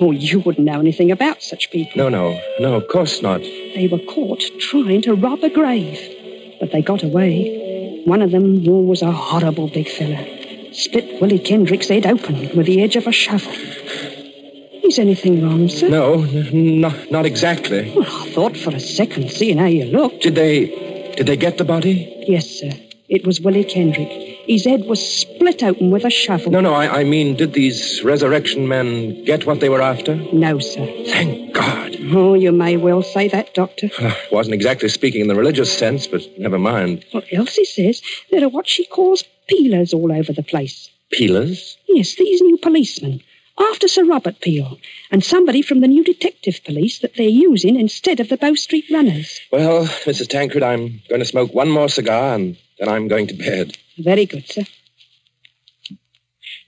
M: Oh, you wouldn't know anything about such people.
T: No, no, no, of course not.
M: They were caught trying to rob a grave, but they got away. One of them oh, was a horrible big fella. Split Willie Kendrick's head open with the edge of a shovel. Is anything wrong, sir?
T: No, n- not, not exactly.
M: I thought for a second, seeing how you looked.
T: Did they. Did they get the body?
M: Yes, sir. It was Willie Kendrick. His head was split open with a shovel.
T: No, no, I, I mean, did these resurrection men get what they were after?
M: No, sir.
T: Thank God.
M: Oh, you may well say that, Doctor.
T: Wasn't exactly speaking in the religious sense, but never mind.
M: Well, Elsie says there are what she calls peelers all over the place.
T: Peelers?
M: Yes, these new policemen. After Sir Robert Peel, and somebody from the new detective police that they're using instead of the Bow Street runners.
T: Well, Mrs. Tancred, I'm going to smoke one more cigar and then I'm going to bed.
M: Very good, sir.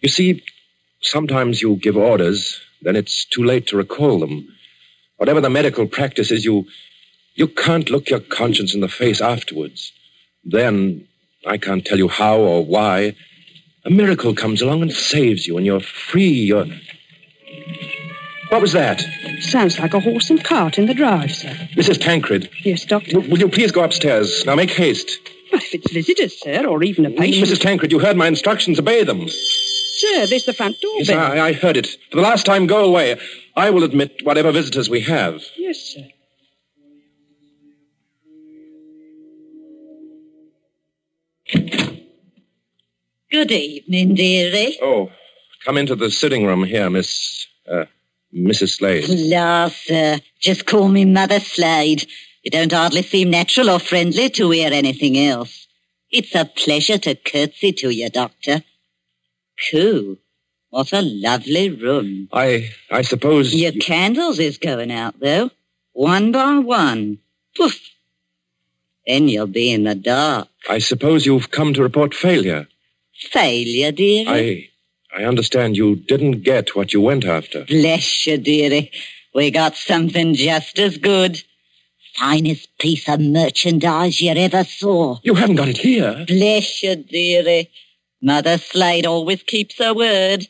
T: You see, sometimes you give orders, then it's too late to recall them. Whatever the medical practice is, you you can't look your conscience in the face afterwards. Then I can't tell you how or why. A miracle comes along and saves you, and you're free. You're... What was that?
M: Sounds like a horse and cart in the drive, sir.
T: Mrs. Tancred,
M: Yes, Doctor.
T: will you please go upstairs? Now make haste.
M: But if
U: if it's visitors, sir, or even a patient.
T: Mrs. Tancred, you heard my instructions. Obey them.
U: Sir, there's the front door
T: Yes,
U: bell.
T: I, I heard it. For the last time, go away. I will admit whatever visitors we have.
U: Yes, sir.
P: Good evening, dearie.
T: Oh, come into the sitting room here, Miss. Uh, Mrs. Slade.
P: La, sir. Just call me Mother Slade. You don't hardly seem natural or friendly to wear anything else. It's a pleasure to curtsy to you, Doctor. Coo. What a lovely room.
T: I I suppose.
P: Your candles is going out, though. One by one. Poof. Then you'll be in the dark.
T: I suppose you've come to report failure.
P: Failure, dearie.
T: I I understand you didn't get what you went after.
P: Bless you, dearie. We got something just as good. Finest piece of merchandise you ever saw.
T: You haven't got it here.
P: Bless you, dearie. Mother Slade always keeps her word.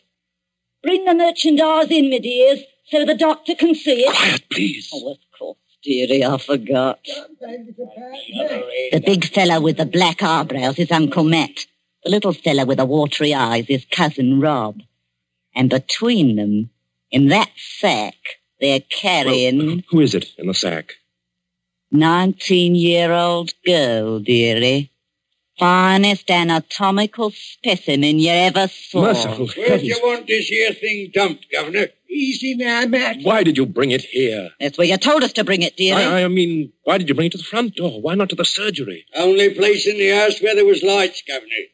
P: Bring the merchandise in, me dears, so the doctor can see it. Quiet,
T: please.
P: Oh, of course, dearie, I forgot. The big fella with the black eyebrows is Uncle Matt. The little fella with the watery eyes is Cousin Rob. And between them, in that sack, they're carrying
T: Who is it in the sack?
P: 19-year-old girl, dearie. Finest anatomical specimen you ever saw.
Q: Where do you want this here thing dumped, Governor?
P: Easy now, Matt.
T: Why did you bring it here?
P: That's where you told us to bring it, dearie.
T: I, I mean, why did you bring it to the front door? Why not to the surgery?
Q: Only place in the house where there was lights, Governor.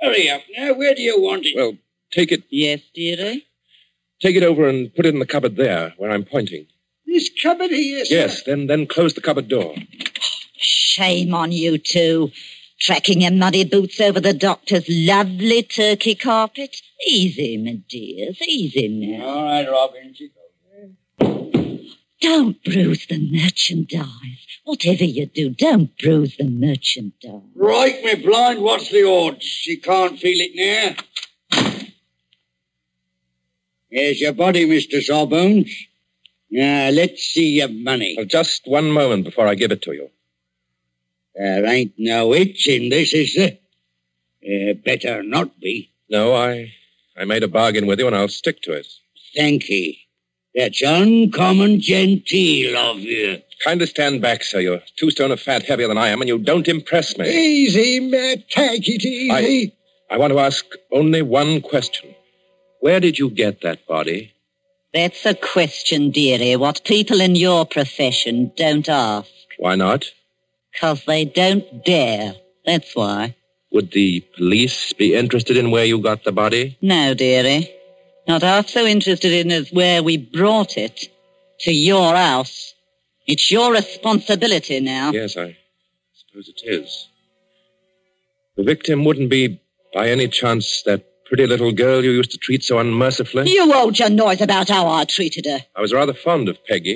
Q: Hurry up now. Where do you want it?
T: Well, take it.
P: Yes, dearie.
T: Take it over and put it in the cupboard there, where I'm pointing.
R: This cupboard here, sir.
T: yes, then then close the cupboard door.
P: Shame on you two. Tracking your muddy boots over the doctor's lovely turkey carpet. Easy, my dears, easy now.
Q: All right, Robin.
P: Don't bruise the merchandise. Whatever you do, don't bruise the merchandise.
Q: Right, me blind. What's the odds? She can't feel it now. Here's your body, Mr. Sawbones. Now, let's see your money.
T: just one moment before I give it to you.
Q: There ain't no itch in this, is there? Uh, better not be.
T: No, I I made a bargain with you, and I'll stick to it.
Q: Thank ye. That's uncommon genteel of you.
T: Kindly stand back, sir. You're two stone of fat heavier than I am, and you don't impress me.
R: Easy, Matt. Take it easy.
T: I want to ask only one question. Where did you get that body?
P: That's a question, dearie, what people in your profession don't ask.
T: Why not?
P: 'Cause they don't dare. That's why.
T: Would the police be interested in where you got the body?
P: No, dearie. Not half so interested in as where we brought it. To your house. It's your responsibility now.
T: Yes, I suppose it is. The victim wouldn't be, by any chance, that pretty little girl you used to treat so unmercifully?
P: You hold your noise about how I treated her.
T: I was rather fond of Peggy.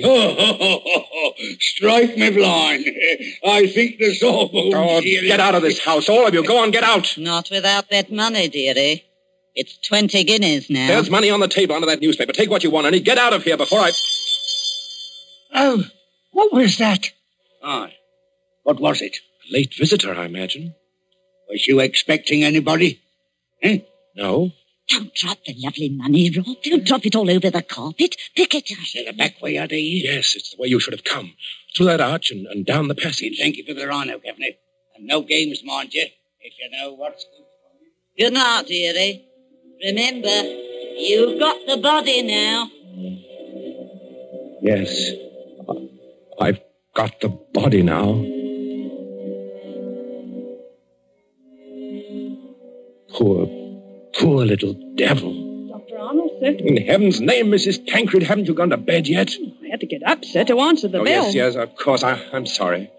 Q: Strike me blind. I think the sawbones.
T: Oh, get out of this house, all of you. Go on, get out.
P: Not without that money, dearie. It's twenty guineas now.
T: There's money on the table under that newspaper. Take what you want, Ernie. Get out of here before I.
R: Oh, what was that?
Q: Aye. What was it?
T: A late visitor, I imagine.
Q: Was you expecting anybody? Eh?
T: No.
P: Don't drop the lovely money, Rob. Don't drop it all over the carpet. Pick it up.
Q: The back way out of here.
T: Yes, it's the way you should have come. Through that arch and, and down the passage.
Q: Thank you for the rhino, Governor. And no games, mind you, if you know what's good.
P: Good night, dearie. Remember, you've got the body now.
T: Yes. I've got the body now. Poor, poor little devil.
M: Dr. Arnold, sir.
T: In heaven's name, Mrs. Tancred, haven't you gone to bed yet?
M: I had to get up, sir, to answer the
T: oh,
M: bell.
T: yes, yes, of course. I, I'm sorry.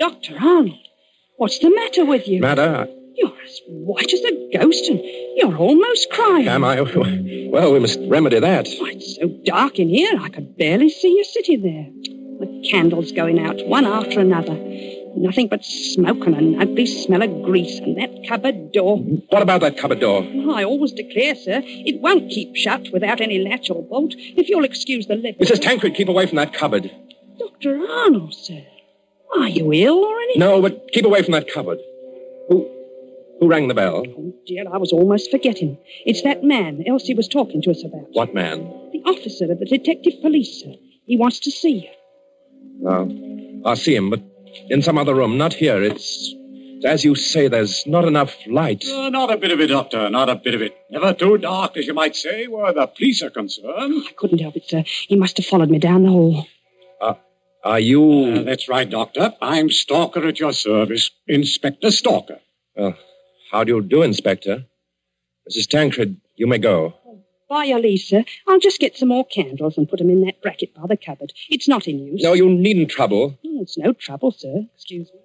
M: Dr. Arnold, what's the matter with you?
T: Matter,
M: White as a ghost, and you're almost crying.
T: am I? Well, we must remedy that.
M: It's so dark in here, I could barely see you sitting there. The candles going out, one after another. Nothing but smoke and an ugly smell of grease, and that cupboard door.
T: Oh, What about that cupboard door?
M: I always declare, sir, it won't keep shut without any latch or bolt, if you'll excuse the lip.
T: Mrs. Tancred, keep away from that cupboard.
M: Dr. Arnold, sir. Are you ill or anything?
T: No, but keep away from that cupboard. Who rang the bell?
M: Dear, I was almost forgetting. It's that man Elsie was talking to us about.
T: What man?
M: The officer of the detective police, sir. He wants to see you.
T: Uh, I'll see him, but in some other room, not here. It's. As you say, there's not enough light.
U: Uh, not a bit of it, Doctor, not a bit of it. Never too dark, as you might say, where the police are concerned.
M: Couldn't help it, sir. He must have followed me down the hall.
T: Are you.
U: Uh, that's right, Doctor. I'm Stalker at your service, Inspector Stalker.
T: Well, how do you do, Inspector? Mrs. Tancred, you may go.
M: By your leave, sir, I'll just get some more candles and put 'em in that bracket by the cupboard. It's not in use.
T: No, you needn't trouble.
M: Hmm, It's no trouble, sir. Excuse me.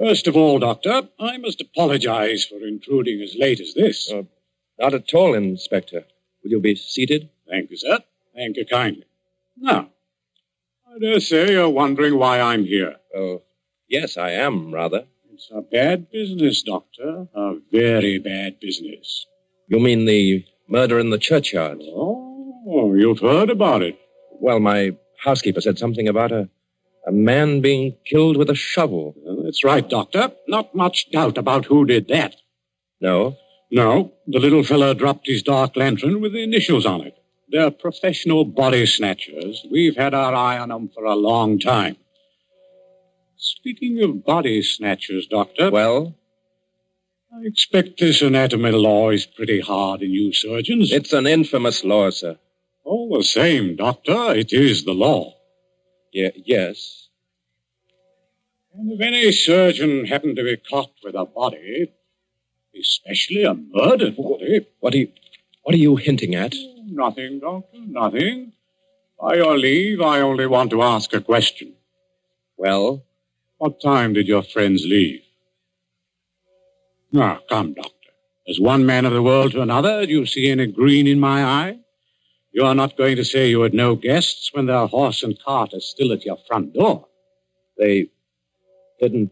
U: First of all, Doctor, I must apologize for intruding as late as this.
T: Uh, not at all, Inspector. Will you be seated?
U: Thank you, sir. Thank you kindly. Now, I dare say you're wondering why I'm here.
T: Oh, yes, I am, rather.
U: It's a bad business, Doctor. uh, A very bad business.
T: You mean the murder in the churchyard?
U: Oh, you've heard about it.
T: Well, my housekeeper said something about a, a man being killed with a shovel.
U: That's right, Doctor. Not much doubt about who did that.
T: No?
U: No. The little fellow dropped his dark lantern with the initials on it. They're professional body snatchers. We've had our eye on them for a long time. Speaking of body snatchers, Doctor.
T: Well?
U: I expect this anatomy law is pretty hard on you surgeons.
T: It's an infamous law, sir.
U: All the same, Doctor, it is the law.
T: Yeah, yes.
U: And if any surgeon happened to be caught with a body, especially a murdered body.
T: What are you, what are you hinting at?
U: Nothing, Doctor, nothing. By your leave, I only want to ask a question.
T: Well?
U: What time did your friends leave? Now, come, Doctor. As one man of the world to another, do you see any green in my eye? You are not going to say you had no guests when their horse and cart are still at your front door.
T: They didn't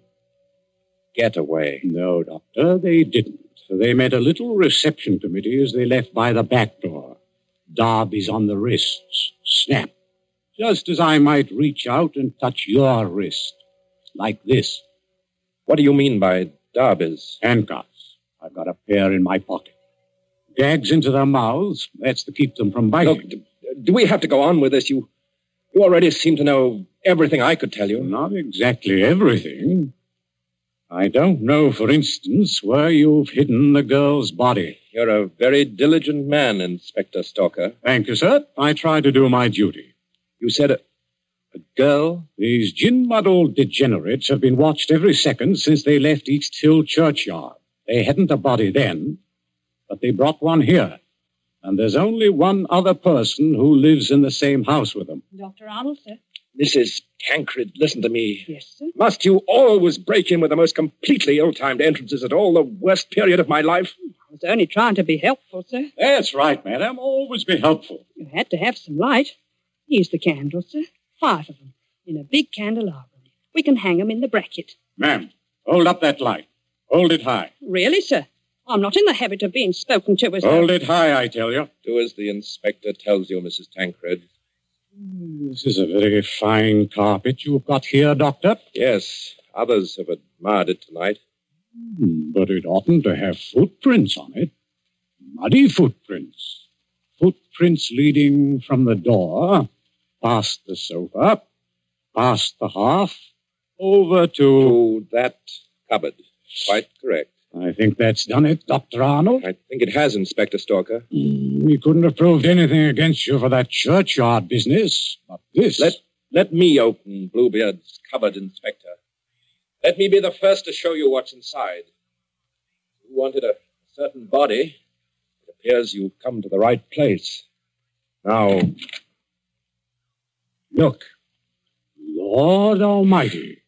T: get away.
U: No, Doctor, they didn't. They met a little reception committee as they left by the back door. Darby's on the wrists. Snap. Just as I might reach out and touch your wrist. Like this.
T: What do you mean by Darby's?
U: Handcuffs. I've got a pair in my pocket. Gags into their mouths. That's to keep them from biting.
T: Do we have to go on with this? You, you already seem to know everything I could tell you.
U: Not exactly everything. I don't know, for instance, where you've hidden the girl's body.
T: You're a very diligent man, Inspector Stalker.
U: Thank you, sir. I try to do my duty.
T: You said a, a girl?
U: These gin muddled degenerates have been watched every second since they left East Hill Churchyard. They hadn't a body then, but they brought one here. And there's only one other person who lives in the same house with them.
M: Dr. Arnold, sir.
T: Mrs. Tancred, listen to me.
M: Yes, sir.
T: Must you always break in with the most completely ill timed entrances at all the worst period of my life?
M: I was only trying to be helpful, sir.
U: That's right, madam. Always be helpful.
M: You had to have some light. Here's the candles, sir. Five of 'em in a big candelabra. We can hang 'em in the bracket.
U: Ma'am, hold up that light. Hold it high.
M: Really, sir? I'm not in the habit of being spoken to as
U: Hold it high, I tell you.
T: Do as the inspector tells you, Mrs. Tancred.
U: This is a very fine carpet you've got here, Doctor.
T: Yes, others have admired it tonight.
U: Hmm, But it oughtn't to have footprints on it. Muddy footprints. Footprints leading from the door, past the sofa, past the hearth, over to.
T: To that cupboard. Quite correct.
U: I think that's done it, Dr. Arnold.
T: I think it has, Inspector Stalker.
U: We couldn't have proved anything against you for that churchyard business, but this.
T: Let, let me open Bluebeard's cupboard, Inspector. Let me be the first to show you what's inside. You wanted a certain body. It appears you've come to the right place. Now,
U: Look. Lord Almighty.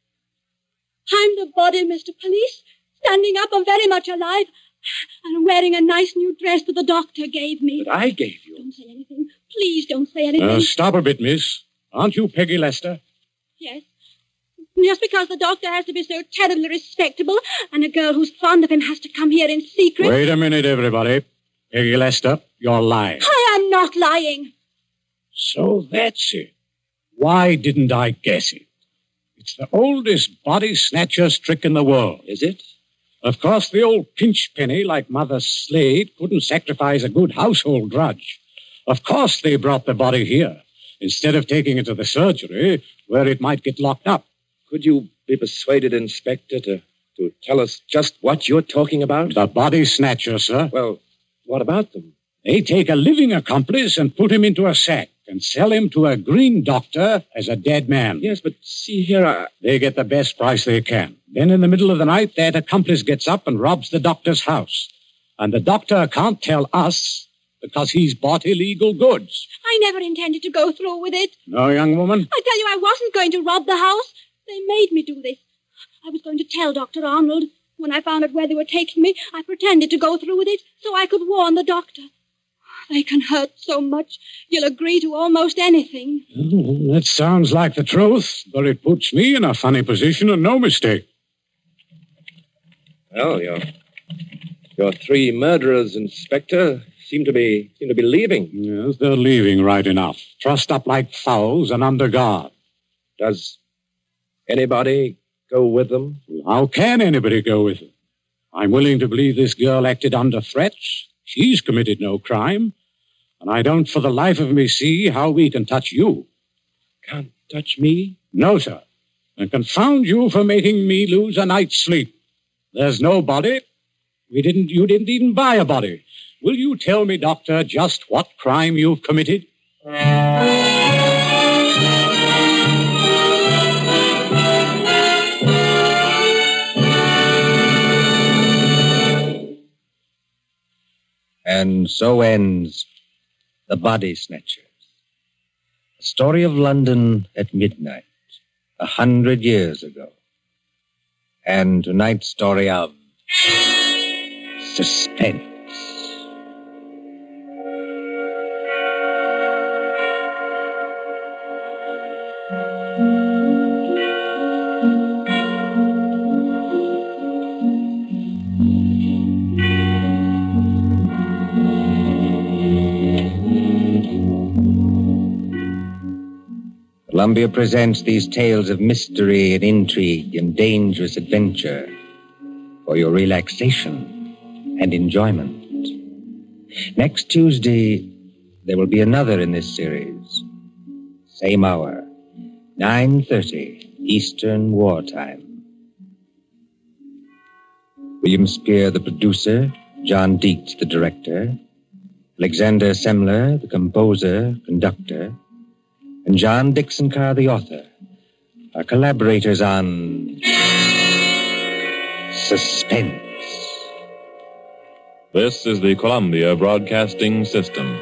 V: I'm the body, Mr. Police. Standing up, I'm very much alive. And wearing a nice new dress that the doctor gave me.
T: that I gave you.
V: Don't say anything. Please don't say anything.
U: Uh, stop a bit, miss. Aren't you Peggy Lester?
V: Yes. Just because the doctor has to be so terribly respectable, and a girl who's fond of him has to come here in secret.
U: Wait a minute, everybody. Peggy Lester, you're lying.
V: I am not lying.
U: So that's it. Why didn't I guess it? It's the oldest body snatcher's trick in the world.
T: Is it?
U: A Of course, the old pinchpenny like Mother Slade couldn't sacrifice a good household drudge. Of course, they brought the body here instead of taking it to the surgery where it might get locked up.
T: Could you be persuaded, Inspector, to, to tell us just what you're talking about?
U: The body snatcher, sir.
T: Well, what about them?
U: They take a living accomplice and put him into a sack and sell him to a green doctor as a dead man.
T: Yes, but see here, uh, I...
U: They get the best price they can. Then in the middle of the night, that accomplice gets up and robs the doctor's house. And the doctor can't tell us because he's bought illegal goods.
V: I never intended to go through with it.
U: No, young woman?
V: I tell you, I wasn't going to rob the house. They made me do this. I was going to tell Dr. Arnold. When I found out where they were taking me, I pretended to go through with it so I could warn the doctor. They can hurt so much, you'll agree to almost anything.
U: Oh, that sounds like the truth, but it puts me in a funny position and no mistake.
T: Well, your, your three murderers, Inspector, seem to be seem to be leaving.
U: Yes, they're leaving right enough. Trussed up like fowls and under guard.
T: Does anybody go with them?
U: How can anybody go with them? I'm willing to believe this girl acted under threats. She's committed no crime. And I don't for the life of me see how we can touch you.
T: Can't touch me?
U: No, sir. And confound you for making me lose a night's sleep. There's no body. We didn't you didn't even buy a body. Will you tell me, Doctor, just what crime you've committed?
N: And so ends The Body Snatchers. A story of London at midnight, a hundred years ago. And tonight's story of suspense. Columbia presents these tales of mystery and intrigue and dangerous adventure for your relaxation and enjoyment. Next Tuesday, there will be another in this series. Same hour, 9.30 Eastern Wartime. William Spear, the producer, John Dietz, the director, Alexander Semler, the composer, conductor, and John Dixon Carr, the author, are collaborators on Suspense.
O: This is the Columbia Broadcasting System.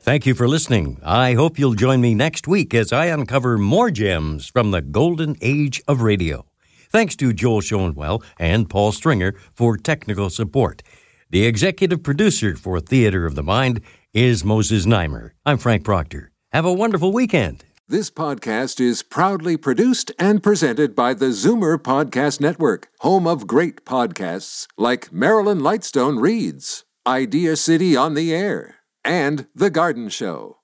B: Thank you for listening. I hope you'll join me next week as I uncover more gems from the golden age of radio. Thanks to Joel Schoenwell and Paul Stringer for technical support. The executive producer for Theater of the Mind is Moses Neimer. I'm Frank Proctor. Have a wonderful weekend.
A: This podcast is proudly produced and presented by the Zoomer Podcast Network, home of great podcasts like Marilyn Lightstone Reads, Idea City on the Air, and The Garden Show.